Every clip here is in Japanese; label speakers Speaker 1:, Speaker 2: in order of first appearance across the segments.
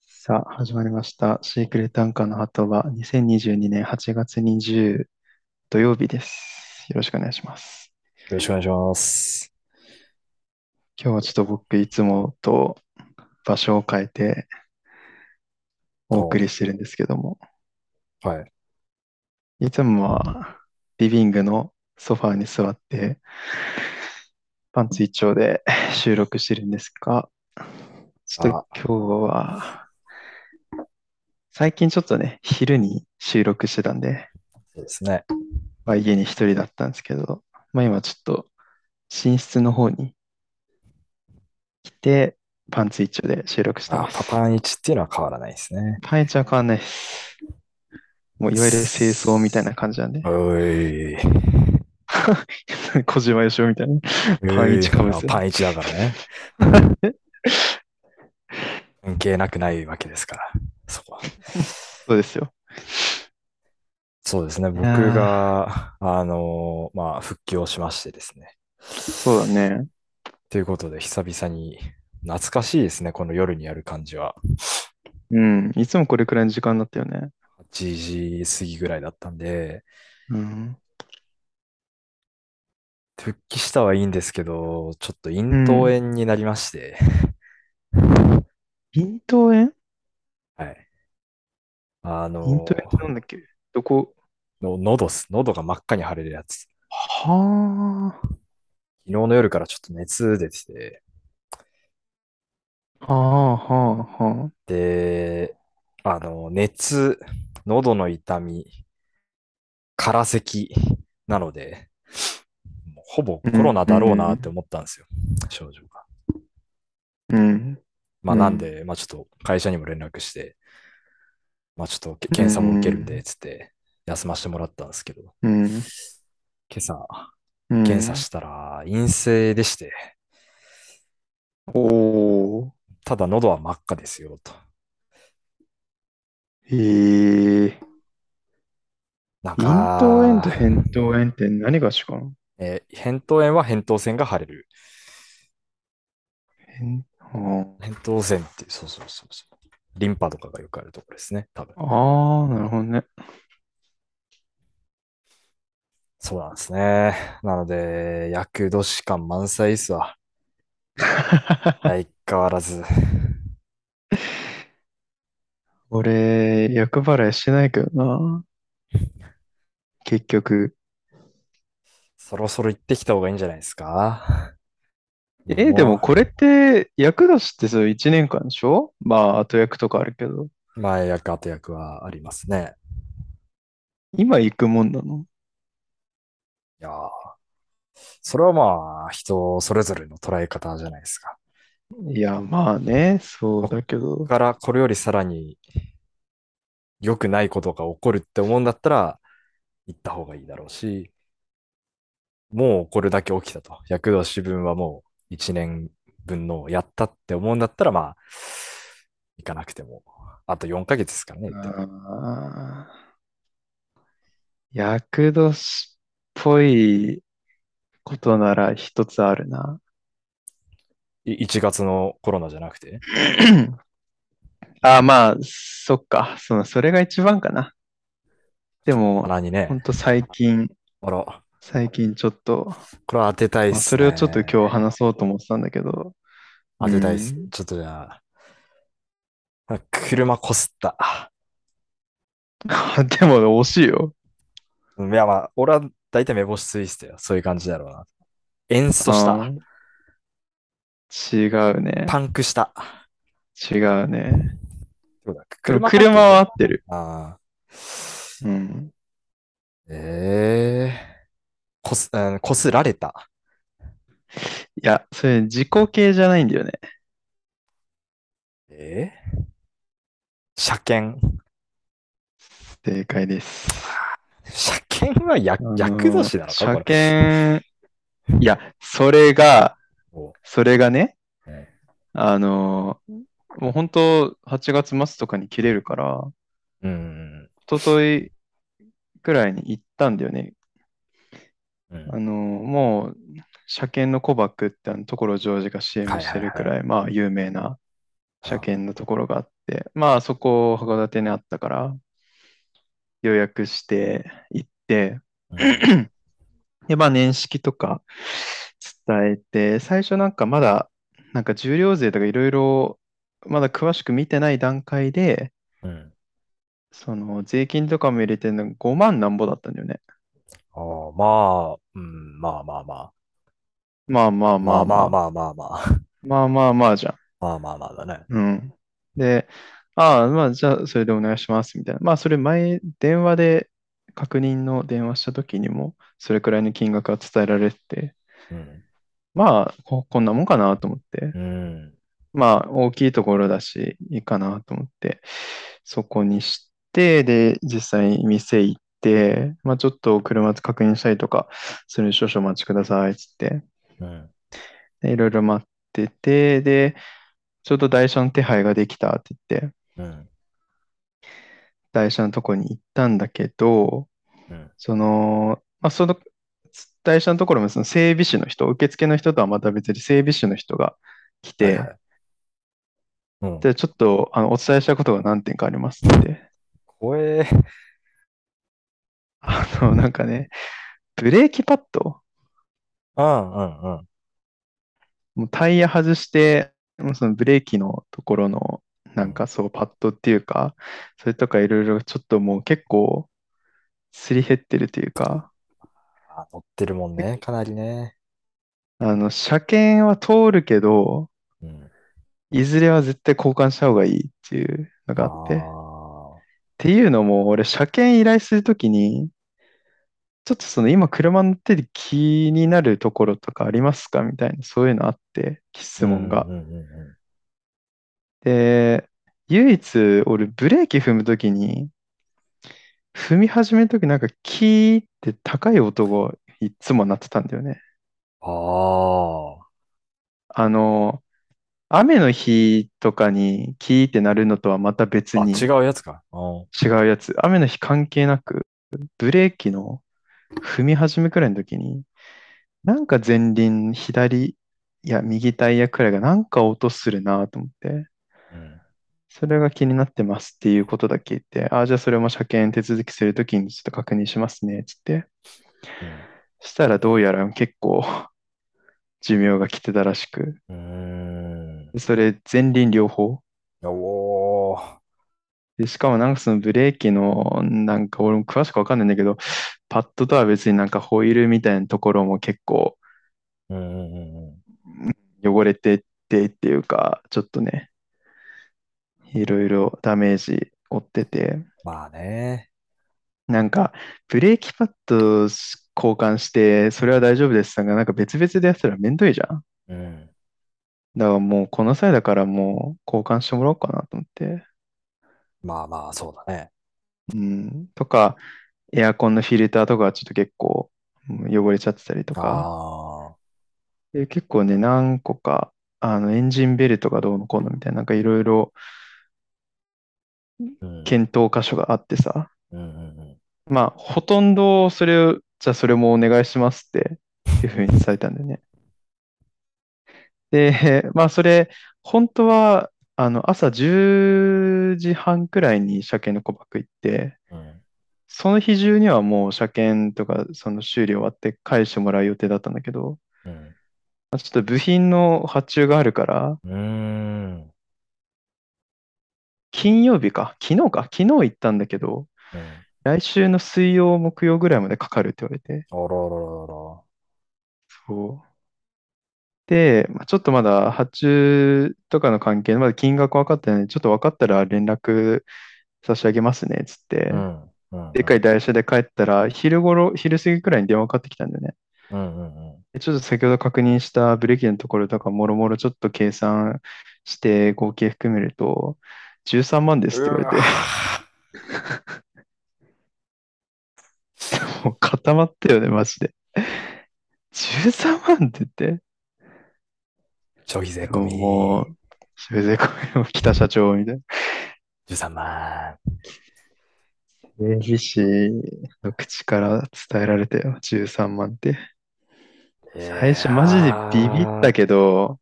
Speaker 1: さあ、始まりました。シークレットアンカーの鳩は2022年8月20土曜日です。よろしくお願いします。
Speaker 2: よろしくお願いします。
Speaker 1: 今日はちょっと僕いつもと場所を変えてお送りしてるんですけども、
Speaker 2: はい。
Speaker 1: いつもはリビングのソファーに座ってパンツ一丁で収録してるんですが、ちょっと今日は最近ちょっとね、昼に収録してたんで、
Speaker 2: そうですね。
Speaker 1: まあ、家に一人だったんですけど、まあ、今ちょっと寝室の方に来て、パンツ一丁で収録して
Speaker 2: あ
Speaker 1: ま
Speaker 2: パ
Speaker 1: す。
Speaker 2: パン1っていうのは変わらないですね。
Speaker 1: パンイチは変わんないです。もういわゆる清掃みたいな感じなんで、
Speaker 2: おい。
Speaker 1: 小島よしおみたいな。パンイチかぶせ。
Speaker 2: パン1だからね。 関係なくないわけですから、そこは。
Speaker 1: そうですよ。
Speaker 2: そうですね。僕
Speaker 1: やー
Speaker 2: が、あのーまあ、復帰をしましてですね。
Speaker 1: そうだね。
Speaker 2: ということで、久々に、懐かしいですね。この夜にやる感じは。
Speaker 1: うん。いつもこれくらいの時間だったよね。
Speaker 2: 8時過ぎぐらいだったんで、
Speaker 1: うん。
Speaker 2: 復帰したはいいんですけど、ちょっと咽頭炎になりまして、
Speaker 1: 咽頭炎
Speaker 2: はい。あ
Speaker 1: 咽
Speaker 2: の
Speaker 1: 頭炎ってなんだっけどこ
Speaker 2: ーの、喉っす。喉が真っ赤に腫れるやつ。
Speaker 1: は
Speaker 2: 昨日の夜からちょっと熱出てて、
Speaker 1: あ、はあ、はあ、はあ。
Speaker 2: で、あの、熱、喉の痛み、空咳なので、もうほぼコロナだろうなって思ったんですよ、症状が。
Speaker 1: うん。
Speaker 2: まあ
Speaker 1: うん
Speaker 2: なんで、まあちょっと会社にも連絡して、まあちょっとけ検査も受けるんで、つって休ませてもらったんですけど、今
Speaker 1: うん。
Speaker 2: 朝
Speaker 1: うん。
Speaker 2: 検査したら陰性でして、
Speaker 1: おー。
Speaker 2: ただ喉は真っ赤ですよ、と。
Speaker 1: へえ。
Speaker 2: なん
Speaker 1: 咽頭炎と
Speaker 2: か、
Speaker 1: 扁桃炎って何が違うの
Speaker 2: えー扁桃炎は扁桃腺が腫れる。
Speaker 1: 扁桃
Speaker 2: 扁桃腺って、そうそうそうそう。リンパとかがよくあるところですね、多分。
Speaker 1: ああ、なるほどね。
Speaker 2: そうなんですね。なので、厄年感満載っすわ。 相変わらず。
Speaker 1: 俺、厄払いしてないけどな。結局。
Speaker 2: そろそろ行ってきた方がいいんじゃないですか。
Speaker 1: えーでもこれって厄年ってそう1年間でしょまあ、後役とかあるけど。
Speaker 2: う、前役、後役はありますね。
Speaker 1: 今行くもんなの
Speaker 2: いやーそれはまあ、人それぞれの捉え方じゃないですか。
Speaker 1: いや、まあね、そうだけ
Speaker 2: こ
Speaker 1: ど。
Speaker 2: こからこれよりさらに良くないことが起こるって思うんだったら、行った方がいいだろうし、もうこれだけ起きたと。厄年分はもう1年分のをやったって思うんだったら、まあ、行かなくても。あと4ヶ月ですからね、言っても。
Speaker 1: あー厄年っぽいことなら一つあるな。
Speaker 2: い1月のコロナじゃなくて。
Speaker 1: あー、まあ、そっか。その、それが一番かな。でも、
Speaker 2: 穴に
Speaker 1: ほん
Speaker 2: ね。
Speaker 1: と最近、
Speaker 2: あら、
Speaker 1: 最近ちょっと、
Speaker 2: これは当てたいっ
Speaker 1: まあ、
Speaker 2: す
Speaker 1: それをちょっと
Speaker 2: ね。
Speaker 1: 今日話そうと思ってたんだけど、
Speaker 2: 当てたいっ
Speaker 1: う
Speaker 2: す。
Speaker 1: ん
Speaker 2: ちょっとじゃあ、あ車こすった。
Speaker 1: でも惜しいよ。
Speaker 2: うんいやまあ、俺は大体目星ついてたよ。そういう感じだろうな。演奏した。
Speaker 1: うん違うね。
Speaker 2: パンクした。
Speaker 1: 違うね。
Speaker 2: そうだ
Speaker 1: でも
Speaker 2: 車
Speaker 1: 車は合ってる。
Speaker 2: ああ。
Speaker 1: うん。
Speaker 2: ええこす、うん、こすられた。
Speaker 1: いや、それ自己系じゃないんだよね。
Speaker 2: ええ車検。
Speaker 1: 正解です。
Speaker 2: 車検はや、
Speaker 1: あのー
Speaker 2: 厄年なのか
Speaker 1: 車
Speaker 2: これ。
Speaker 1: 検、いや、それが、
Speaker 2: お
Speaker 1: それがね、
Speaker 2: え
Speaker 1: あのーもう本当、8月末とかに切れるから、
Speaker 2: えうん。
Speaker 1: 一昨日くらいに行ったんだよね。
Speaker 2: うん。
Speaker 1: あのーもう、車検のコバクってあの所ジョージが CM してるくらい、まあ、有名な車検のところがあって、まあそこ函館にあったから、予約して行って、で、まあ年式とか伝えて、最初なんかまだ、なんか重量税とかいろいろ、まだ詳しく見てない段階で、
Speaker 2: うん。
Speaker 1: その税金とかも入れてるの5万なんぼだったんだよね。
Speaker 2: ああ、まあ、うん、まあまあまあ。
Speaker 1: まあまあま
Speaker 2: ま
Speaker 1: あ
Speaker 2: あ
Speaker 1: ま
Speaker 2: まあ
Speaker 1: あ。
Speaker 2: まあまあまあ。
Speaker 1: まあまあまあじゃん。
Speaker 2: まあまあまあだね。
Speaker 1: うん。で、ああ、まあじゃあそれでお願いしますみたいな。まあそれ前、電話で確認の電話した時にも、それくらいの金額は伝えられてて、
Speaker 2: うん。
Speaker 1: まあこ、こんなもんかなと思って。
Speaker 2: うん。
Speaker 1: まあ、大きいところだし、いいかなと思って、そこにして、で、実際に店行って、まあ、ちょっと車確認したりとか、それ少々お待ちください、つって、
Speaker 2: うん。
Speaker 1: でいろいろ待ってて、で、ちょうど台車の手配ができたって言って、
Speaker 2: うん。
Speaker 1: 台車のとこに行ったんだけど、
Speaker 2: うん。
Speaker 1: その、まあ、その、台車のところもその整備士の人、受付の人とはまた別に整備士の人が来
Speaker 2: はいは
Speaker 1: て、
Speaker 2: い。うん。
Speaker 1: で、ちょっと、あの、お伝えしたいことが何点かありますって。
Speaker 2: 怖え。
Speaker 1: あの、なんかね、ブレーキパッド、
Speaker 2: うんうんうん。
Speaker 1: もうタイヤ外して、もうそのブレーキのところの、
Speaker 2: う
Speaker 1: なん
Speaker 2: ん。
Speaker 1: かそう、パッドっていうか、それとかいろいろちょっともう結構、すり減ってるというか、
Speaker 2: あ、乗ってるもんね。かなりね。
Speaker 1: あの、車検は通るけど、
Speaker 2: うん。
Speaker 1: いずれは絶対交換した方がいいっていうのがあって。っ
Speaker 2: あ
Speaker 1: ていうのも、俺、車検依頼するときに、ちょっとその今車乗ってて気になるところとかありますかみたいな、そういうのあって、
Speaker 2: あ。う
Speaker 1: 質問
Speaker 2: ん
Speaker 1: が。
Speaker 2: うんう
Speaker 1: で、唯一俺ブレーキ踏むときに、踏み始めるときなんかキーって高い音がいつも鳴ってたんだよね。
Speaker 2: んうん。ああ。
Speaker 1: あの、雨の日とかにキーって鳴るのとはまた別
Speaker 2: あ、
Speaker 1: に
Speaker 2: 違うやつか。うん。
Speaker 1: 違うやつ。雨の日関係なく、ブレーキの踏み始めくらいのときに、なんか前輪左、いや右タイヤくらいがなんか音するなと思って。
Speaker 2: うん。
Speaker 1: それが気になってますっていうことだけ言って、ああ、じゃあそれも車検手続きするときにちょっと確認しますね、つって。
Speaker 2: うん。
Speaker 1: そしたらどうやら結構 寿命が来てたらしく、
Speaker 2: うーん。
Speaker 1: それ前輪両方。
Speaker 2: おー。
Speaker 1: で、しかもなんかそのブレーキの、なんか俺も詳しくわかんないんだけど、パッドとは別になんかホイールみたいなところも結構
Speaker 2: うんうんうんうん。
Speaker 1: うん汚れてってっていうか、ちょっとね、いろいろダメージ負ってて、
Speaker 2: まあね。
Speaker 1: なんか、ブレーキパッド交換して、それは大丈夫ですが、なんか別々でやったらめんどいじゃん。
Speaker 2: うん。
Speaker 1: だからもう、この際だからもう、交換してもらおうかなと思って。
Speaker 2: まあまあ、そうだね。
Speaker 1: うん。とか、エアコンのフィルターとかはちょっと結構、うん汚れちゃってたりとか。
Speaker 2: ああ。
Speaker 1: で、結構ね、何個か、あの、エンジンベルトがどうのこうのみたいな、なんかいろいろ
Speaker 2: うん。
Speaker 1: 検討箇所があってさ。
Speaker 2: うんうんうん。
Speaker 1: まあ、ほとんどそれを、じゃあそれもお願いしますって、いうふうに伝えたんだよね。で、 まあ、それ、本当は、あの、朝10時半くらいに車検の顧客行って、
Speaker 2: うん
Speaker 1: その日中にはもう車検とか、その修理終わって返してもらう予定だったんだけど、
Speaker 2: うん。
Speaker 1: まあちょっと部品の発注があるから、
Speaker 2: うーん。
Speaker 1: 金曜日か、昨日か、昨日行ったんだけど、
Speaker 2: うん。
Speaker 1: 来週の水曜、木曜ぐらいまでかかるって言われて、
Speaker 2: あらららら。
Speaker 1: そう。で、まあ、ちょっとまだ発注とかの関係で、まだ金額分かってないので、ちょっと分かったら連絡差し上げますね、つっ
Speaker 2: う
Speaker 1: て。
Speaker 2: ん。うん
Speaker 1: で
Speaker 2: う
Speaker 1: かい
Speaker 2: ん。
Speaker 1: 台車で帰ったら、昼頃、昼過ぎくらいに電話かかってきたんだよね。
Speaker 2: うんうんうん。
Speaker 1: でちょっと先ほど確認したブレーキのところとか、もろもろちょっと計算して、合計含めると、13万ですって
Speaker 2: う
Speaker 1: 言わ
Speaker 2: わ
Speaker 1: れて、 もう固まったよね、マジで。13万って言って、
Speaker 2: ちょい税
Speaker 1: で
Speaker 2: 込
Speaker 1: もも
Speaker 2: み
Speaker 1: う、それでこれを北社長みたいな。
Speaker 2: 13万。
Speaker 1: 整備士の口から伝えられたよ、13万って。
Speaker 2: い
Speaker 1: 最初
Speaker 2: や
Speaker 1: マジでビビった
Speaker 2: ー
Speaker 1: けど、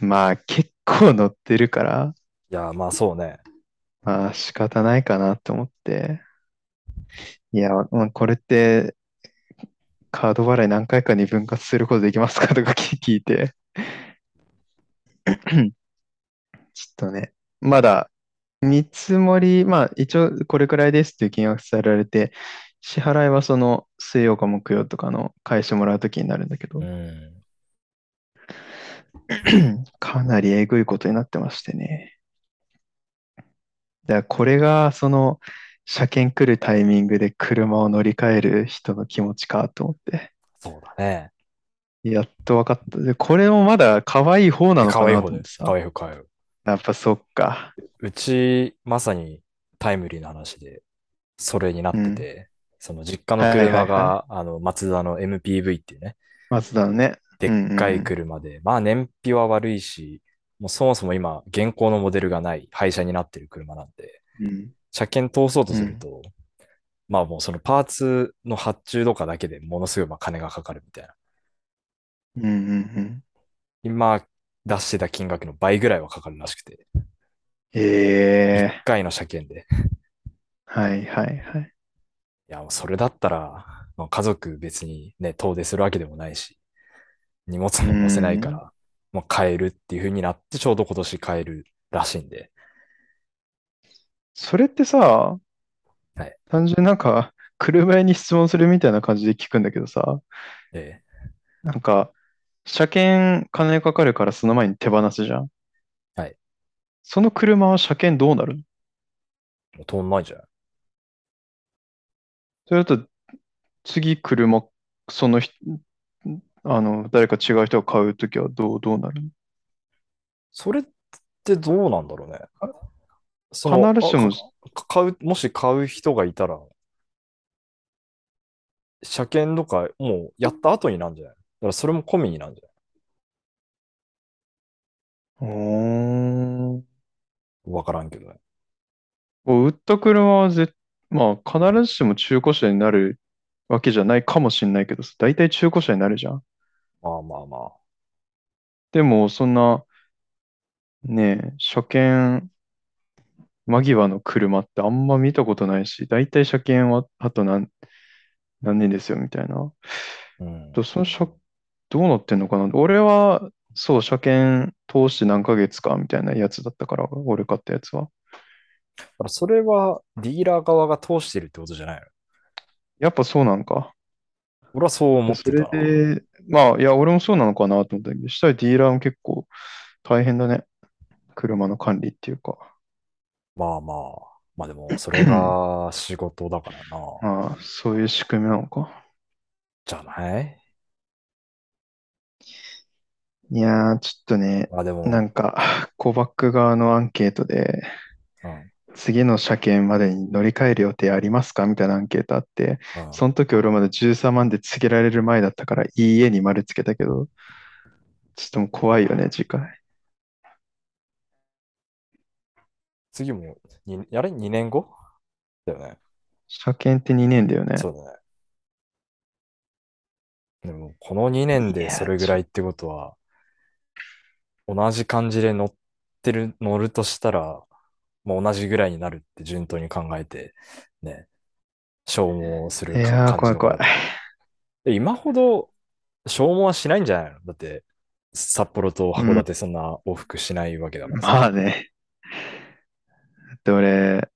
Speaker 1: まあ結構乗ってるから、
Speaker 2: いや、まあそうね。
Speaker 1: まあ仕方ないかなと思って。いや、まあこれって、カード払い何回かに分割することできますかとか聞いて。ちょっとね、まだ見積もり、まあ一応これくらいですっていう金額伝えられて、支払いはその水曜か木曜とかの返してもらうときになるんだけど
Speaker 2: う、ん。
Speaker 1: かなりえぐいことになってましてね。だからこれがその車検来るタイミングで車を乗り換える人の気持ちかと思って。
Speaker 2: そうだね。
Speaker 1: やっと分かった。で、これもまだ可愛い方なの
Speaker 2: か
Speaker 1: か
Speaker 2: わいい
Speaker 1: なと
Speaker 2: 方
Speaker 1: 思っ
Speaker 2: で
Speaker 1: て
Speaker 2: す。
Speaker 1: さ
Speaker 2: かわいい方、かわいい方。
Speaker 1: やっぱそっか。
Speaker 2: うち、まさにタイムリーな話で、それになってて、その実家の
Speaker 1: は
Speaker 2: 車
Speaker 1: いはいは
Speaker 2: が、あの、マツダの MPV っていうね、
Speaker 1: マツダのね。
Speaker 2: でっか
Speaker 1: うんう
Speaker 2: い
Speaker 1: ん
Speaker 2: 車で、まあ燃費は悪いし、もうそもそも今、現行のモデルがない廃車になってる車なんで、
Speaker 1: うん。
Speaker 2: 車検通そうとすると、まあもうそのパーツの発注とかだけでものすごいまあ金がかかるみたいな。
Speaker 1: うんうんうん。
Speaker 2: 今出してた金額の倍ぐらいはかかるらしくて、
Speaker 1: え
Speaker 2: 1
Speaker 1: え
Speaker 2: 回の車検で。
Speaker 1: はいはいはい。
Speaker 2: いや、もうそれだったら、まあ家族別にね、遠出するわけでもないし、荷物も載せないから、もう買えるっていう風になって、ちょうど今年買えるらしいんで。
Speaker 1: それってさ、
Speaker 2: はい
Speaker 1: 単純になんか、車屋に質問するみたいな感じで聞くんだけどさ、
Speaker 2: え
Speaker 1: なんか、車検金かかるからその前に手放すじゃん。
Speaker 2: はい。
Speaker 1: その車は車検どうなるの
Speaker 2: え、もう通んないじゃん。
Speaker 1: それだと、次車、その人、あの、誰か違う人が買うときはどう、どうなるの
Speaker 2: それってどうなんだろうね。そ
Speaker 1: 必ずしも
Speaker 2: あか買う、もし買う人がいたら、車検とかもうやった後になんじゃないだからそれも込みになんじゃない
Speaker 1: おー
Speaker 2: わからんけどね。
Speaker 1: こう売った車はぜ、まあ、必ずしも中古車になるわけじゃないかもしれないけどさ、大体中古車になるじゃん。
Speaker 2: まあまあまあ。
Speaker 1: でも、そんな、ねえ、車検間際の車ってあんま見たことないし、大体車検はあと何、何年ですよみたいな。
Speaker 2: うん
Speaker 1: とその車、どうなってんのかな俺は、そう、車検通して何ヶ月かみたいなやつだったから、俺買ったやつは。
Speaker 2: だからそれはディーラー側が通してるってことじゃないの
Speaker 1: やっぱそうなんか。
Speaker 2: 俺はそう思ってたな。
Speaker 1: それで、まあ、いや、俺もそうなのかなと思ったけど、したらディーラーも結構大変だね。車の管理っていうか。
Speaker 2: まあまあ。まあでも、それが仕事だからな。
Speaker 1: ああ、そういう仕組みなのか。
Speaker 2: じゃない
Speaker 1: いやー、ちょっとね、
Speaker 2: まあでも、
Speaker 1: なんか、コバック側のアンケートで、
Speaker 2: うん
Speaker 1: 次の車検までに乗り換える予定ありますかみたいなアンケートあって、
Speaker 2: うん
Speaker 1: その時俺まだ13万で告げられる前だったから、いいえに丸つけたけど、ちょっともう怖いよね、次回。
Speaker 2: 次もに、あれ ?2 年後だよね。
Speaker 1: 車検って2年だよね。
Speaker 2: そうだね。でも、この2年でそれぐらいってことは、同じ感じで乗ってる、乗るとしたら、まあ、同じぐらいになるって順当に考えて、ね、消耗するか
Speaker 1: いやー、
Speaker 2: 感じの
Speaker 1: 怖い怖い。
Speaker 2: で今ほど消耗はしないんじゃないのだって、札幌と函館そんな往復しないわけだからさ
Speaker 1: まあね。だって俺、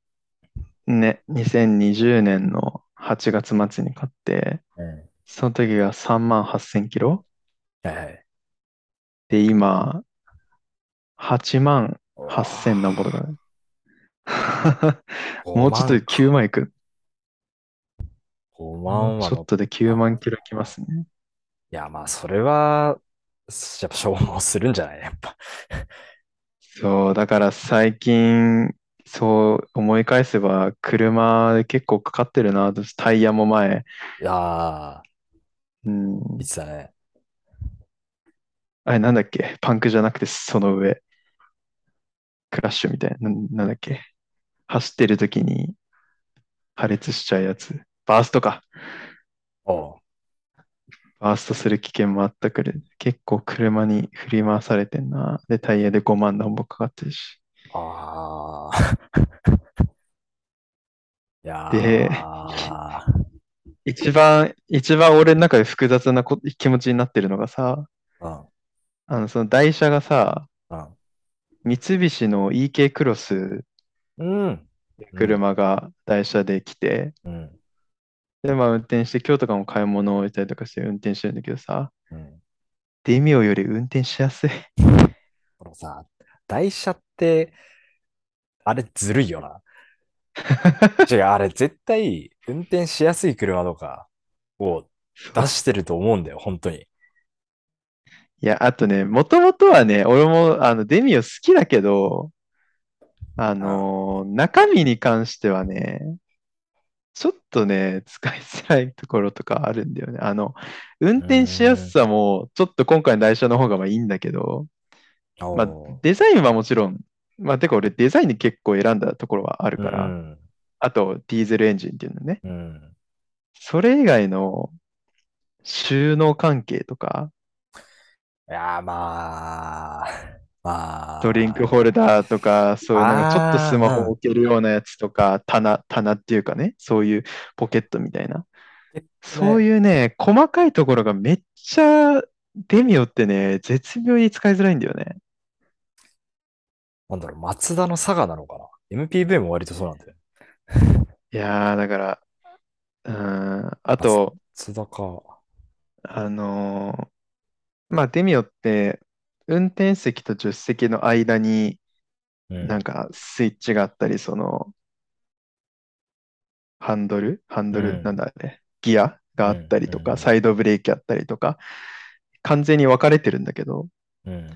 Speaker 1: ね、2020年の8月末に買って、
Speaker 2: うん
Speaker 1: その時が3万8000キロ
Speaker 2: はいはい。
Speaker 1: で、今、8万8000なんぼとかね。もうちょっとで9万いく。
Speaker 2: 5万
Speaker 1: もう
Speaker 2: は
Speaker 1: ち
Speaker 2: 乗
Speaker 1: ょ
Speaker 2: っ
Speaker 1: っとで9万キロきますね。
Speaker 2: いや、まあ、それは、やっぱ消耗する んじゃないや っぱ。
Speaker 1: そう、だから最近、そう思い返せば、車で結構かかってるな、私タイヤも前。
Speaker 2: いや
Speaker 1: うん、
Speaker 2: ー、いつだね。
Speaker 1: あれなんだっけパンクじゃなくてその上。クラッシュみたいな。なんなんだっけ走ってる時に破裂しちゃうやつ。バーストか。
Speaker 2: おう
Speaker 1: バーストする危険もあったくらい、結構車に振り回されてんな。で、タイヤで5万何本かかってるし。
Speaker 2: ああ。 いや
Speaker 1: で
Speaker 2: ー
Speaker 1: 一番、一番俺の中で複雑なこ気持ちになってるのがさ、
Speaker 2: うん、
Speaker 1: あの、その台車がさ、
Speaker 2: うん
Speaker 1: 三菱の EK クロス、
Speaker 2: うん。
Speaker 1: 車が台車で来て、
Speaker 2: うん。
Speaker 1: で、まあ運転して、今日とかも買い物を行ったりとかして運転してるんだけどさ、
Speaker 2: うん。
Speaker 1: デミオより運転しやすい。
Speaker 2: このさ、台車って、あれずるいよな。 違う、あれ絶対運転しやすい車とかを出してると思うんだよ、本当に。
Speaker 1: いや、あとね、もともとはね、俺もあのデミオ好きだけど、あのー中身に関してはね、ちょっとね、使いづらいところとかあるんだよね。あの、運転しやすさも、ちょっと今回の台車の方がまあいいんだけど、まあ
Speaker 2: おー、
Speaker 1: デザインはもちろん、まあ、てか俺デザインに結構選んだところはある
Speaker 2: う
Speaker 1: から、
Speaker 2: ん。
Speaker 1: あとディーゼルエンジンっていうのね。
Speaker 2: うん。
Speaker 1: それ以外の収納関係とか、
Speaker 2: いやー、まあ、まあ。
Speaker 1: ドリンクホルダーとか、そういうなんかちょっとスマホを置けるようなやつとか、棚、棚っていうかね、そういうポケットみたいな。そういうね、細かいところがめっちゃ、デミオってね、絶妙に使いづらいんだよね。
Speaker 2: なんだろう、マツダのサガなのかな ?MPV も割とそうなんだよ。
Speaker 1: いやー、だから、うーん、あと、
Speaker 2: マツダか。
Speaker 1: あのーまあ、デミオって、運転席と助手席の間に、
Speaker 2: うん
Speaker 1: なんかスイッチがあったり、その、ハンドルハンド
Speaker 2: うん
Speaker 1: ル、なんだあれ、ギアがあったりと
Speaker 2: うんうんう
Speaker 1: か、
Speaker 2: ん
Speaker 1: サイドブレーキあったりとか、完全に分かれてるんだけど、
Speaker 2: うん。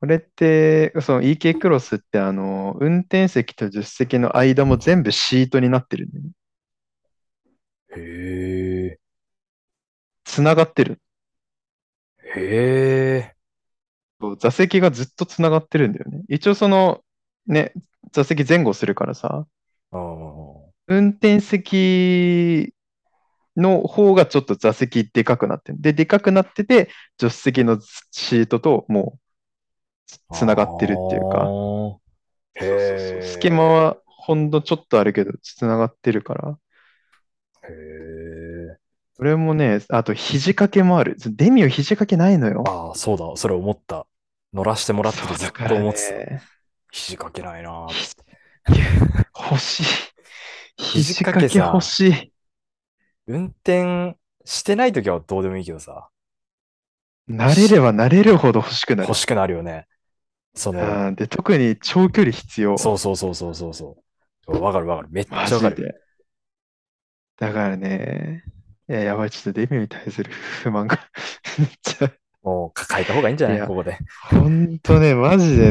Speaker 1: これって、その EK クロスって、あの、運転席と助手席の間も全部シートになってるんだよね。
Speaker 2: へえ。
Speaker 1: つながってる。
Speaker 2: へえ。
Speaker 1: そう座席がずっとつながってるんだよね。一応その、ね、座席前後するからさ、
Speaker 2: あー
Speaker 1: 運転席の方がちょっと座席でかくなってる。で、でかくなってて、助手席のシートともうつながってるっていう
Speaker 2: あ
Speaker 1: か、
Speaker 2: ー
Speaker 1: そうそうそう
Speaker 2: へー
Speaker 1: 隙間はほんのちょっとあるけど、つながってるから。
Speaker 2: へえ。
Speaker 1: それもね、あと肘掛けもある。デミオ肘掛けないのよ。
Speaker 2: ああ、そうだ、それ思った。乗らしてもらって
Speaker 1: そ
Speaker 2: て
Speaker 1: う
Speaker 2: ずっ
Speaker 1: だか
Speaker 2: と
Speaker 1: ら
Speaker 2: 思ってた。
Speaker 1: ね、
Speaker 2: 肘掛けないなぁ。
Speaker 1: 欲しい。
Speaker 2: 肘
Speaker 1: 肘掛
Speaker 2: 掛け
Speaker 1: け
Speaker 2: さ
Speaker 1: 欲しい。
Speaker 2: 運転してないときはどうでもいいけどさ、
Speaker 1: 慣れれば慣れるほど欲しくなる
Speaker 2: 欲。しくなるよね。その、
Speaker 1: うんで、特に長距離必要。
Speaker 2: そうそうそうそうそうそう。わかるわかる。めっちゃ
Speaker 1: マ
Speaker 2: わ
Speaker 1: ジ
Speaker 2: かる。
Speaker 1: で。だからね、いや、やばい、ちょっとデミオに対する 不満がめっちゃ、
Speaker 2: もう抱えた方がいいんじゃない
Speaker 1: いや
Speaker 2: ここで。
Speaker 1: ほんとね、マジで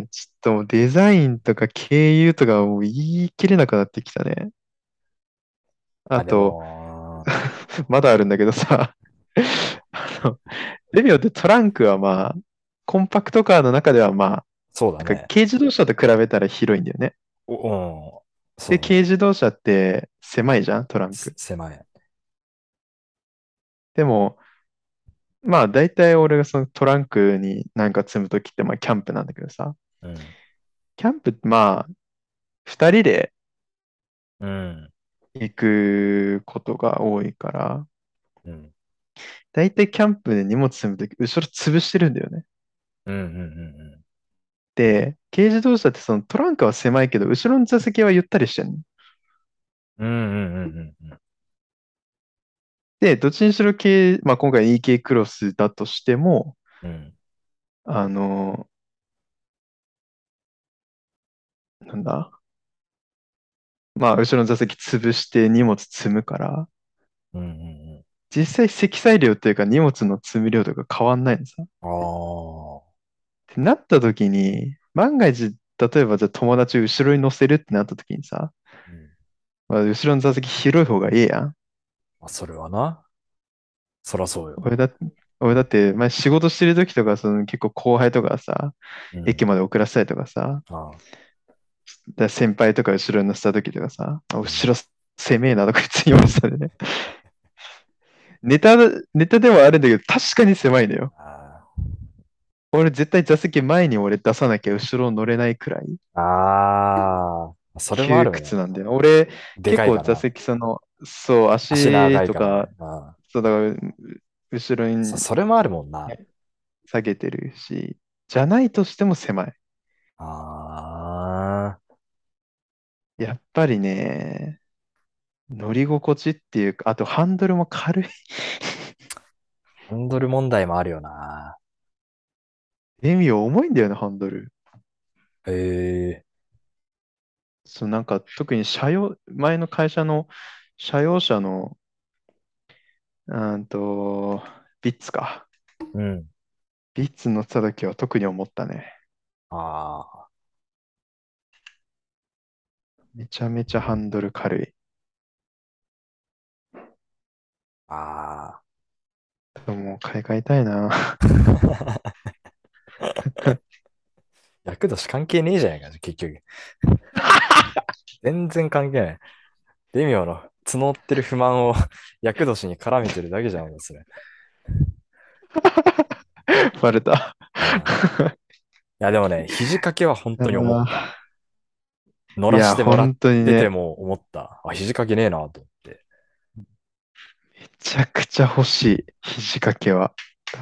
Speaker 1: ね、ちょっともうデザインとか経由とかもう言い切れなくなってきたね。あ
Speaker 2: で
Speaker 1: と、
Speaker 2: も、
Speaker 1: まだあるんだけどさ、 あの、デミオってトランクはまあ、コンパクトカーの中ではまあ、
Speaker 2: そうだ
Speaker 1: なんか
Speaker 2: ね。
Speaker 1: 軽自動車と比べたら広いんだよね。
Speaker 2: おうん。そう
Speaker 1: で、
Speaker 2: ね
Speaker 1: 軽自動車って狭いじゃん、トラン
Speaker 2: せ
Speaker 1: ク。
Speaker 2: 狭い。
Speaker 1: でも、まあ大体俺がそのトランクに何か積むときってまあキャンプなんだけどさ、
Speaker 2: うん。
Speaker 1: キャンプってまあ2人で
Speaker 2: うん。
Speaker 1: 行くことが多いから、
Speaker 2: うん。
Speaker 1: 大体キャンプで荷物積むとき後ろ潰してるんだよね。
Speaker 2: うん。うん。うん
Speaker 1: で、軽自動車ってそのトランクは狭いけど、後ろの座席はゆったりしてるの。
Speaker 2: うん。うん。うん。うん。うん。
Speaker 1: で、どっちにしろ軽、まあ今回 EK クロスだとしても、
Speaker 2: うん。
Speaker 1: あの、なんだ。まあ、後ろの座席潰して荷物積むから、
Speaker 2: うん。うん。
Speaker 1: 実際積載量というか荷物の積み量とか変わんないのさ。っ
Speaker 2: ああ。
Speaker 1: てなった時に、万が一、例えばじゃあ友達を後ろに乗せるってなった時にさ、
Speaker 2: うん
Speaker 1: まあ、後ろの座席広い方がええやん。
Speaker 2: まあ、それはな。そらそうよ。
Speaker 1: 俺だ、俺だって、まあ、仕事してる時とか、その結構後輩とかさ、
Speaker 2: うん
Speaker 1: 駅まで送らせたりとかさ、
Speaker 2: あ
Speaker 1: だから先輩とか後ろに乗せた時とかさ、あ後ろ攻めえなとか普通に言われてたんでね。 ネタ、ネタではあるんだけど、確かに狭いのよ。
Speaker 2: あ
Speaker 1: 俺絶対座席前に俺出さなきゃ後ろ乗れないくらい
Speaker 2: ーあー、それもあ
Speaker 1: 窮
Speaker 2: るね。
Speaker 1: 屈なんだよ。俺、
Speaker 2: で
Speaker 1: 結
Speaker 2: かいか
Speaker 1: 構
Speaker 2: ら
Speaker 1: 座席その、そう、足
Speaker 2: 足長い
Speaker 1: と
Speaker 2: から
Speaker 1: か、
Speaker 2: ねあ
Speaker 1: そうだから、後ろ
Speaker 2: ー
Speaker 1: に
Speaker 2: そそれもあるもんな。
Speaker 1: 下げてるし、じゃないとしても狭い。
Speaker 2: あ
Speaker 1: やっぱりね、乗り心地っていうか、あとハンドルも軽い。
Speaker 2: あ、ハンドル問題もあるよな。
Speaker 1: エミオ重いんだよね、ハンドル。
Speaker 2: ええ
Speaker 1: そう、なんか特に車用、前の会社の車用車の、うーんと、ビッツか。
Speaker 2: うん。
Speaker 1: ビッツ乗ってた時は特に思ったね。
Speaker 2: ああ、
Speaker 1: めちゃめちゃハンドル軽い。
Speaker 2: あ
Speaker 1: もう買い替えたいな。
Speaker 2: あ。厄年関係ねえじゃないか、結局。 全然関係ない。デミオの募ってる不満を 厄年に絡めてるだけじゃん、もうそれ。
Speaker 1: バレた。
Speaker 2: いや、でもね、肘掛けは本当に思っ
Speaker 1: いや
Speaker 2: た。乗らせてもらっ
Speaker 1: 本当に
Speaker 2: てて
Speaker 1: ね、
Speaker 2: も思った。あ、肘掛けねえなと思って。
Speaker 1: めちゃくちゃ欲しい。肘掛けは。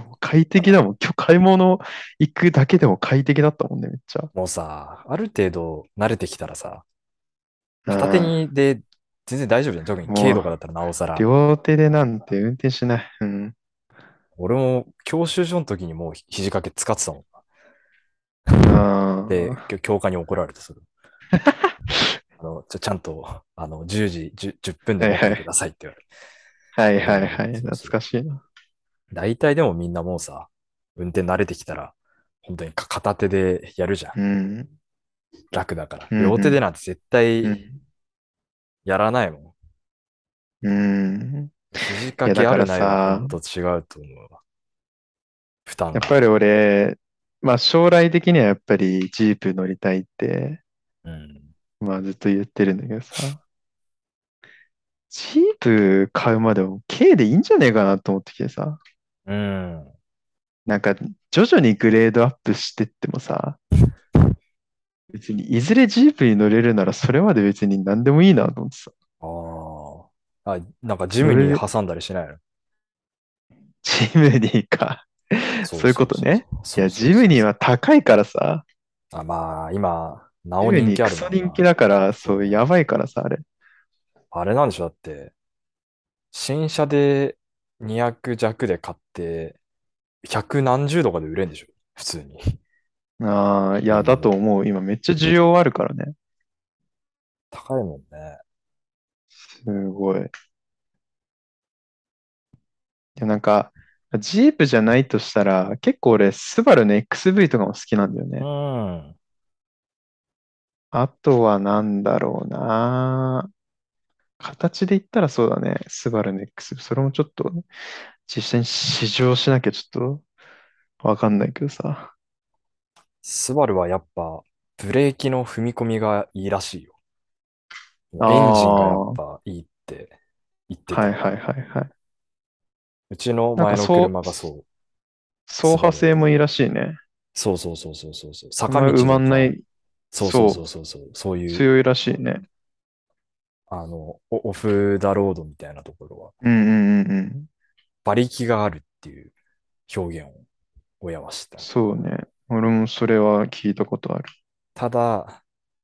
Speaker 1: もう快適だもん。今日買い物行くだけでも快適だったもんね、めっちゃ。
Speaker 2: もうさ、ある程度慣れてきたらさ、
Speaker 1: うん
Speaker 2: 片手にで全然大丈夫じゃん。特に
Speaker 1: もう
Speaker 2: 軽とかだったらなおさら。
Speaker 1: 両手でなんて運転しない。うん。
Speaker 2: 俺も教習所の時にもう肘掛け使ってたもん。
Speaker 1: あー
Speaker 2: で、きょ教官に怒られてそれ。 あのちょちゃんとあの10時 10, 10分で持ってくださいって言われて。
Speaker 1: はいはいは
Speaker 2: そう
Speaker 1: い。
Speaker 2: そう
Speaker 1: 懐かしいな。
Speaker 2: 大体でもみんなもうさ、運転慣れてきたら、本当にか片手でやるじゃん。
Speaker 1: うん。
Speaker 2: 楽だから。
Speaker 1: うんうん
Speaker 2: 両手でなんて絶対やらないもん。
Speaker 1: うん。
Speaker 2: 肘
Speaker 1: い
Speaker 2: 掛
Speaker 1: や
Speaker 2: け
Speaker 1: だ
Speaker 2: あ
Speaker 1: か
Speaker 2: る
Speaker 1: ら
Speaker 2: な
Speaker 1: さ
Speaker 2: いはと違うと思うわ。負担
Speaker 1: や
Speaker 2: が
Speaker 1: っ。ぱり俺、まあ将来的にはやっぱりジープ乗りたいって、
Speaker 2: うん。
Speaker 1: まあずっと言ってるんだけどさ。ジープ買うまでも軽でいいんじゃねえかなと思ってきてさ。
Speaker 2: うん。
Speaker 1: なんか徐々にグレードアップしてってもさ、別にいずれジープに乗れるならそれまで別に何でもいいなと思ってさ。
Speaker 2: ああ。あ、なんかジムに挟んだりしないの
Speaker 1: ジムニーか。そういうことね。。い
Speaker 2: そうそうそう
Speaker 1: や、ジムニー。
Speaker 2: そうそう
Speaker 1: は高いからさ、
Speaker 2: そうあ、まあ、今、な
Speaker 1: ジ
Speaker 2: お
Speaker 1: ム
Speaker 2: 人
Speaker 1: ニ
Speaker 2: 気
Speaker 1: ー
Speaker 2: あ
Speaker 1: ク
Speaker 2: るも
Speaker 1: ソ
Speaker 2: ん
Speaker 1: 人気
Speaker 2: な。
Speaker 1: だから、そう、やばいからさ、あれ。
Speaker 2: あれなんでしょだって、新車で200弱で買って、100何十とかで売れんでしょ普通に。
Speaker 1: ああ、い
Speaker 2: うん
Speaker 1: や、だと思う。今めっちゃ需要あるからね。
Speaker 2: 高いもんね。
Speaker 1: すごい。いや、なんか、ジープじゃないとしたら、結構俺、スバルの XV とかも好きなんだよね。
Speaker 2: うん。
Speaker 1: あとはなんだろうな。形で言ったらそうだね。スバルの XV。それもちょっと、実際に試乗しなきゃちょっと、わかんないけどさ。
Speaker 2: スバルはやっぱ、ブレーキの踏み込みがいいらしいよ。エンジン
Speaker 1: あ
Speaker 2: が
Speaker 1: ー
Speaker 2: やっぱいいって言って
Speaker 1: はい
Speaker 2: た。
Speaker 1: はいはいはい。
Speaker 2: うちの
Speaker 1: なん
Speaker 2: 前
Speaker 1: か
Speaker 2: の
Speaker 1: そう
Speaker 2: 車がそう。
Speaker 1: 走破性もいいらしいね。
Speaker 2: そうそうそうそうそうそう。
Speaker 1: あんま
Speaker 2: 坂道
Speaker 1: り埋
Speaker 2: と
Speaker 1: まんな
Speaker 2: か
Speaker 1: い、
Speaker 2: そうそうそうそうそう。そういう、
Speaker 1: 強いらしいね。
Speaker 2: あの、オオフ・ダ・ロードみたいなところは、
Speaker 1: うんうんうんうん。
Speaker 2: 馬力があるっていう表現を親はした。
Speaker 1: そうね。俺もそれは聞いたことある。
Speaker 2: ただ、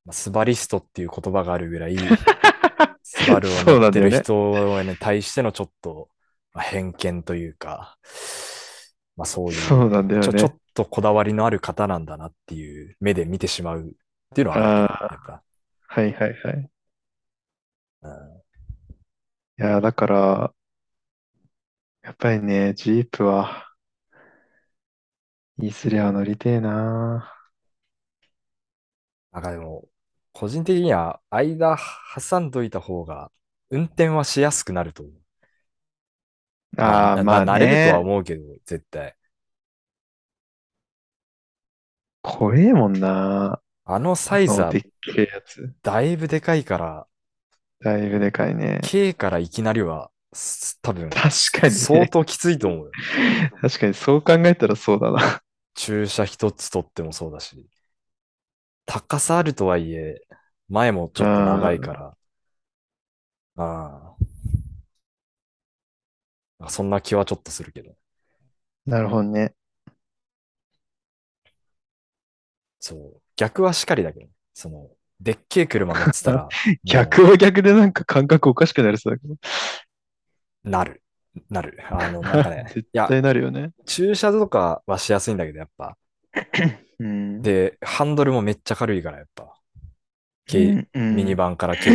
Speaker 2: まあスバリストっていう言葉があるぐらい、 スバルを
Speaker 1: そう
Speaker 2: 乗
Speaker 1: な
Speaker 2: っ
Speaker 1: んだ
Speaker 2: て
Speaker 1: よ
Speaker 2: る
Speaker 1: ね
Speaker 2: 人に対してのちょっと、まあ偏見というか、まあそういう、
Speaker 1: そうなんだよ
Speaker 2: ちょ
Speaker 1: ね。
Speaker 2: ちょっとこだわりのある方なんだなっていう目で見てしまうっていうのは
Speaker 1: あー
Speaker 2: あ
Speaker 1: はいはいはい。
Speaker 2: るなんか、うん
Speaker 1: いや、だから、やっぱりね、ジープは、いずれは乗りてえな。
Speaker 2: なんかでも、個人的には間挟んどいた方が運転はしやすくなると思う。
Speaker 1: ああ、
Speaker 2: な
Speaker 1: まあ
Speaker 2: な慣れると
Speaker 1: ね。
Speaker 2: は思うけど、絶対。
Speaker 1: 怖えもんな。
Speaker 2: あのサイズ
Speaker 1: あの
Speaker 2: は
Speaker 1: でっけえやつ。
Speaker 2: だいぶでかいから、
Speaker 1: だいぶでかいね。
Speaker 2: K からいきなりはす 多分、
Speaker 1: 確かに
Speaker 2: 相
Speaker 1: ね。
Speaker 2: 当きついと思うよ。
Speaker 1: 確かにそう考えたらそうだな。
Speaker 2: 注射一つ取ってもそうだし、高さあるとはいえ、前もちょっと長いから、ああ、そんな気はちょっとするけど、
Speaker 1: なるほどね。
Speaker 2: そう、逆はしかりだけどね、その、でっけえ車乗ってたら、
Speaker 1: 逆は逆でなんか感覚おかしくなりそうだけど。、
Speaker 2: もうなる、なる。あの、なんかね
Speaker 1: 絶
Speaker 2: いや、
Speaker 1: 対なるよね。
Speaker 2: 駐車とかはしやすいんだけど、やっぱ、
Speaker 1: うん。
Speaker 2: で、ハンドルもめっちゃ軽いから、やっぱ、
Speaker 1: う
Speaker 2: 軽
Speaker 1: んうん
Speaker 2: ミニバンから軽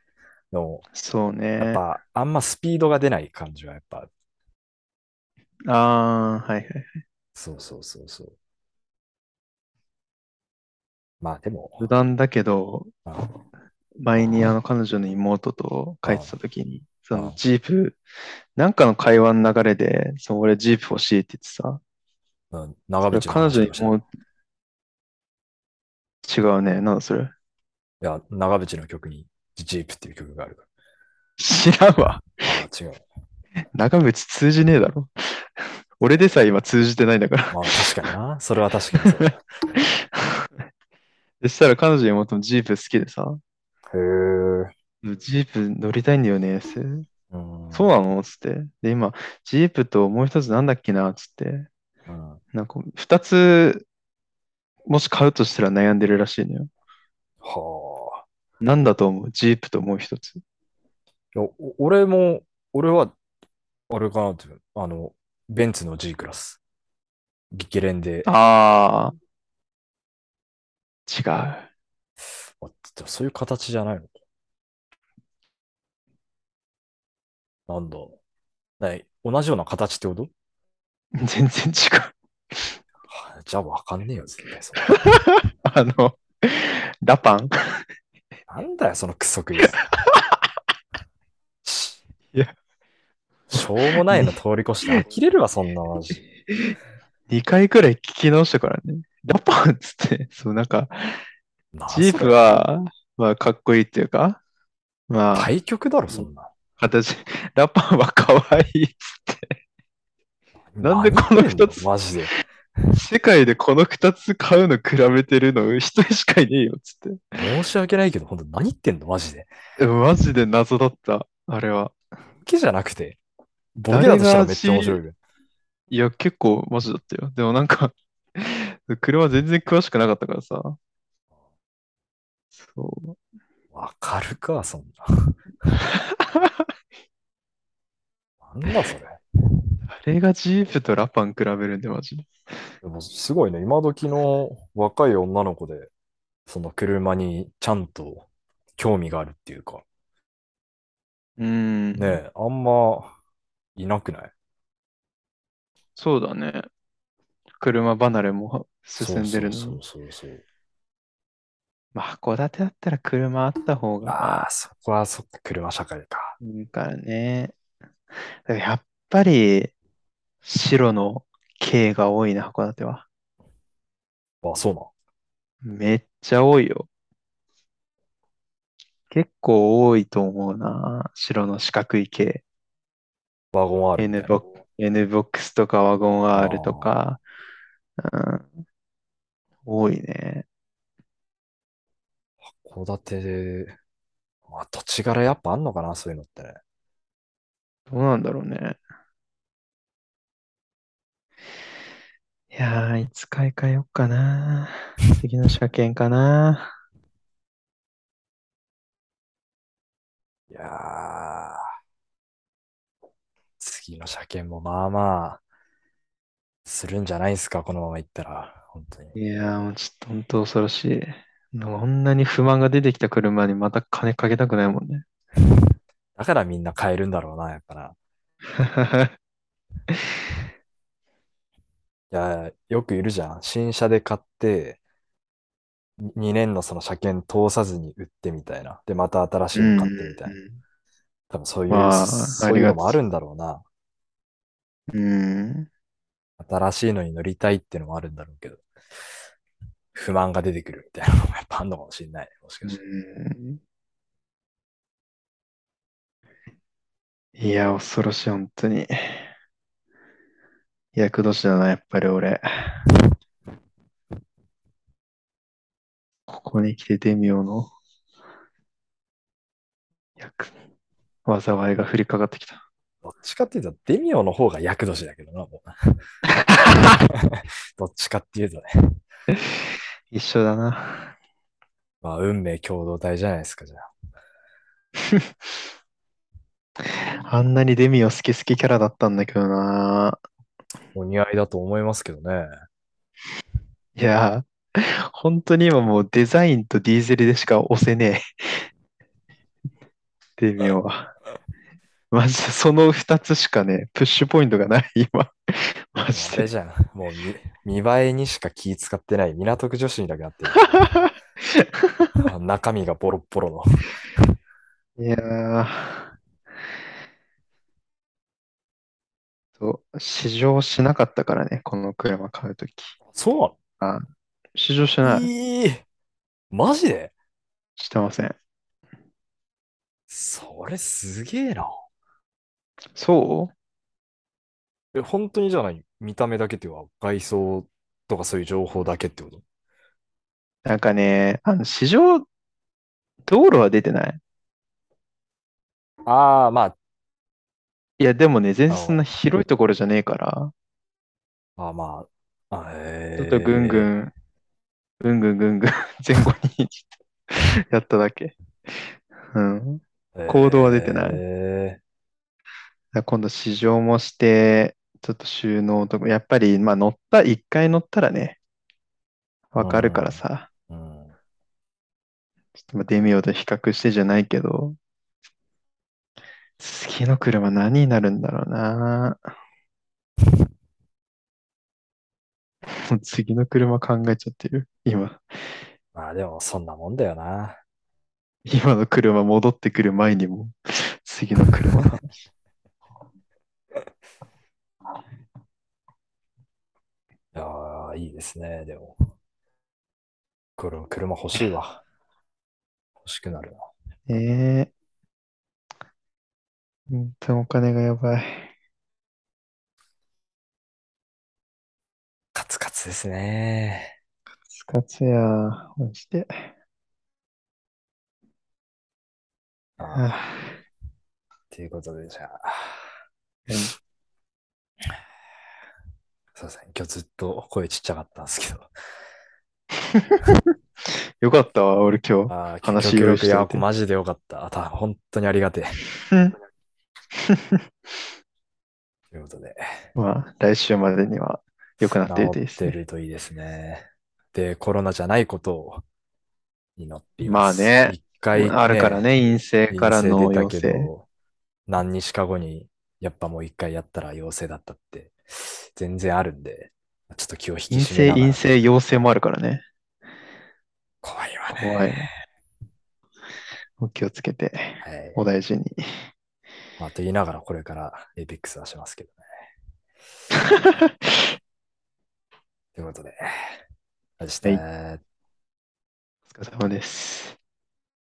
Speaker 2: の、
Speaker 1: そう
Speaker 2: やっ
Speaker 1: ね。
Speaker 2: ぱ、あんまスピードが出ない感じは、やっぱ、
Speaker 1: ああー、はいはい。
Speaker 2: そうそうそうそう。まあでも、
Speaker 1: 余談だけど、
Speaker 2: あの
Speaker 1: 前にあの彼女の妹と帰ってた時に、そ
Speaker 2: あ
Speaker 1: のジープ、なんかの会話の流れで、その俺ジープ欲しいって言ってさ、
Speaker 2: うん長渕
Speaker 1: 彼
Speaker 2: の話
Speaker 1: 女
Speaker 2: し
Speaker 1: に
Speaker 2: ましたね
Speaker 1: もう違うね。なんだそれ。
Speaker 2: いや、長渕の曲に、ジープっていう曲があるか
Speaker 1: 知らんわ。
Speaker 2: ら。ああ、違う。
Speaker 1: 長渕通じねえだろ。俺でさえ今通じてないんだから。
Speaker 2: まあ確かにな。それは確かにそう だ。
Speaker 1: そしたら彼女の妹もジープ好きでさ、
Speaker 2: へえ。
Speaker 1: ジープ乗りたいんだよねっつって。
Speaker 2: うん
Speaker 1: そうなのつって。で、今、ジープともう一つなんだっけなつって。
Speaker 2: うん
Speaker 1: なんか、二つ、もし買うとしたら悩んでるらしいのよ。
Speaker 2: はあ。
Speaker 1: なんだと思うジープともう一つ。
Speaker 2: いやお俺も、俺は、あれかなっていう、あの、ベンツの G クラス。ゲレンデ。あ
Speaker 1: ああ。違う。
Speaker 2: でもそういう形じゃないのか。なんだ。ない同じような形ってこと
Speaker 1: 全然違う。
Speaker 2: はあじゃあわかんねえよ、絶対そ れ。
Speaker 1: あの、ラパン。
Speaker 2: なんだよ、そのクソクイズ。し
Speaker 1: いや
Speaker 2: しょうもないの通り越して、呆れるわ、そんなマジ。
Speaker 1: 2回くらい聞き直したからね。ラパンっつって、そう、なんか、
Speaker 2: なあ
Speaker 1: ジープ、は、まあ、かっこいいっていうか、
Speaker 2: それ
Speaker 1: まあ、
Speaker 2: 対局だろ、そんな。
Speaker 1: 形、ラパンはかわいいっつって。なんでこの
Speaker 2: 何言って
Speaker 1: 二
Speaker 2: ん
Speaker 1: つ
Speaker 2: マジで。
Speaker 1: 世界でこの2つ買うの比べてるの一人しかいねえよっつっ
Speaker 2: 申し訳ないけど、本当何言ってんの、マジで。
Speaker 1: て。マジで謎だった、あれは。
Speaker 2: ボケじゃなくて、ボケだとしたらめっちゃ面白いよ。
Speaker 1: いや、結構マジだったよ。でもなんか車全然詳しくなかったからさ。そう。
Speaker 2: わかるか、そんな。なんだそれ。
Speaker 1: あれがジープとラパン比べるんで、マジで。
Speaker 2: でもすごいね、今時の若い女の子で、その車にちゃんと興味があるっていうか、
Speaker 1: うーん。
Speaker 2: ねえ、あんまいなくない
Speaker 1: そうだね。車離れも進んでるの。
Speaker 2: そうそうそうそう
Speaker 1: まあ、函館だったら車あった方
Speaker 2: そう。
Speaker 1: が
Speaker 2: ああ、そこはそっか、車社会か。
Speaker 1: いいからね。だからやっぱり、白の軽が多いな、函館は。
Speaker 2: あ、そうなの。
Speaker 1: めっちゃ多いよ。結構多いと思うな。白の四角い系。
Speaker 2: ワゴン R みた
Speaker 1: N
Speaker 2: い
Speaker 1: ボ
Speaker 2: な。
Speaker 1: ック N ボックスとかワゴン R とか。うん。多いね。
Speaker 2: 函館で、まあ、土地柄やっぱあんのかな、そういうのってね。
Speaker 1: どうなんだろうね。いやー、いつ買い替えよっかな。次の車検かな。
Speaker 2: いやー、次の車検もまあまあ、するんじゃないですか、このまま行ったら。本当に。
Speaker 1: いやー、もうちょっと本当恐ろしい。こんなに不満が出てきた車にまた金かけたくないもんね。
Speaker 2: だからみんな買えるんだろうな、やっぱな。いや、よくいるじゃん。新車で買って、2年のその車検通さずに売ってみたいな。で、また 新しいの買ってみたいな。多分そういう、
Speaker 1: まあ
Speaker 2: そういうのも
Speaker 1: あ
Speaker 2: あ
Speaker 1: りが
Speaker 2: るんだろうな。
Speaker 1: うん。
Speaker 2: 新しいのに乗りたいってのもあるんだろうけど。不満が出てくるみたいなのもやっぱあるのかもしれない。もし
Speaker 1: う
Speaker 2: かし
Speaker 1: ん。
Speaker 2: て。
Speaker 1: いや、恐ろしい、本当に。厄年だな、やっぱり俺。ここに来てデミオの厄、災いが降りかかってきた。
Speaker 2: どっちかっていうと、デミオの方が厄年だけどな、 もうな。どっちかっていうとね。
Speaker 1: 一緒だな。
Speaker 2: まあ、運命共同体じゃないですか、じゃあ。
Speaker 1: あんなにデミオ好き好きキャラだったんだけどな。
Speaker 2: お似合いだと思いますけどね。
Speaker 1: いや、本当に今もうデザインとディーゼルでしか押せねえ。デミオは。マジでその2つしかね、プッシュポイントがない、今。マジで
Speaker 2: あれ。じゃん。もう見、見栄えにしか気使ってない港区女子にだけなってる。あ中身がボロッボロの。
Speaker 1: いやー。と、試乗しなかったからね、この車買うとき。
Speaker 2: そ
Speaker 1: 試乗し
Speaker 2: うな
Speaker 1: な
Speaker 2: の
Speaker 1: い、
Speaker 2: ええマジで
Speaker 1: してません。
Speaker 2: それすげえな。
Speaker 1: そう
Speaker 2: え、本当にじゃない。見た目だけっていうか、外装とかそういう情報だけってこと
Speaker 1: なんかね、あの、試乗、道路は出てない
Speaker 2: ああ、ま
Speaker 1: いや、でもね、全然そんな広いところじゃねえから、
Speaker 2: あ、あまあ、あえ
Speaker 1: ちょっとぐんぐ
Speaker 2: ん。
Speaker 1: ん、ぐんぐんぐんぐん前後にやっただけ。うん。だか行動は出てない
Speaker 2: ええ
Speaker 1: ら今度試乗もして、ちょっと収納とか、やっぱり、まあ乗った、一回乗ったらね、わかるからさ、
Speaker 2: うん。
Speaker 1: ちょっとまあデミオと比較してじゃないけど、次の車何になるんだろうな。 もう次の車考えちゃってる、今。
Speaker 2: まあでも、そんなもんだよな。
Speaker 1: 今の車戻ってくる前にも、次の車の話。
Speaker 2: いやーいいですね、でも。これ、車欲しいわ。 欲しくなるな。
Speaker 1: ええ本当お金がやばい。
Speaker 2: カツカツですね。
Speaker 1: つかつや、マジで。
Speaker 2: あー
Speaker 1: あ
Speaker 2: ということで、じゃあ。
Speaker 1: うん
Speaker 2: すいません、今日ずっと声ちっちゃかったんですけど。
Speaker 1: あよかったわ、俺今日。
Speaker 2: ああ、
Speaker 1: 話
Speaker 2: 協
Speaker 1: 用意して
Speaker 2: 力
Speaker 1: おい
Speaker 2: や
Speaker 1: て、
Speaker 2: マジでよかった。あた、本当にありがてえ。ということで、
Speaker 1: まあ、来週までには良くなってるといいです
Speaker 2: 治って
Speaker 1: ね。
Speaker 2: るといいですね。で、コロナじゃないことを祈ってい
Speaker 1: ま
Speaker 2: ま
Speaker 1: あ
Speaker 2: す。
Speaker 1: ね
Speaker 2: 一回、
Speaker 1: あるからね、陰性
Speaker 2: 陰
Speaker 1: から
Speaker 2: 性
Speaker 1: の
Speaker 2: 出た
Speaker 1: 陽
Speaker 2: け
Speaker 1: 性。
Speaker 2: ど、何日か後に、やっぱもう一回やったら陽性だったって、全然あるんで、ちょっと気を引き
Speaker 1: 陰
Speaker 2: 締め
Speaker 1: 性、
Speaker 2: ながら
Speaker 1: 陰性、陽性もあるからね。
Speaker 2: 怖いわね。
Speaker 1: 怖い。お気をつけて、
Speaker 2: はい。
Speaker 1: お大事に。
Speaker 2: まあ、と言いながら、これからエイペックスはしますけどね。ということで、あれした
Speaker 1: は
Speaker 2: ー
Speaker 1: いお疲れ様です。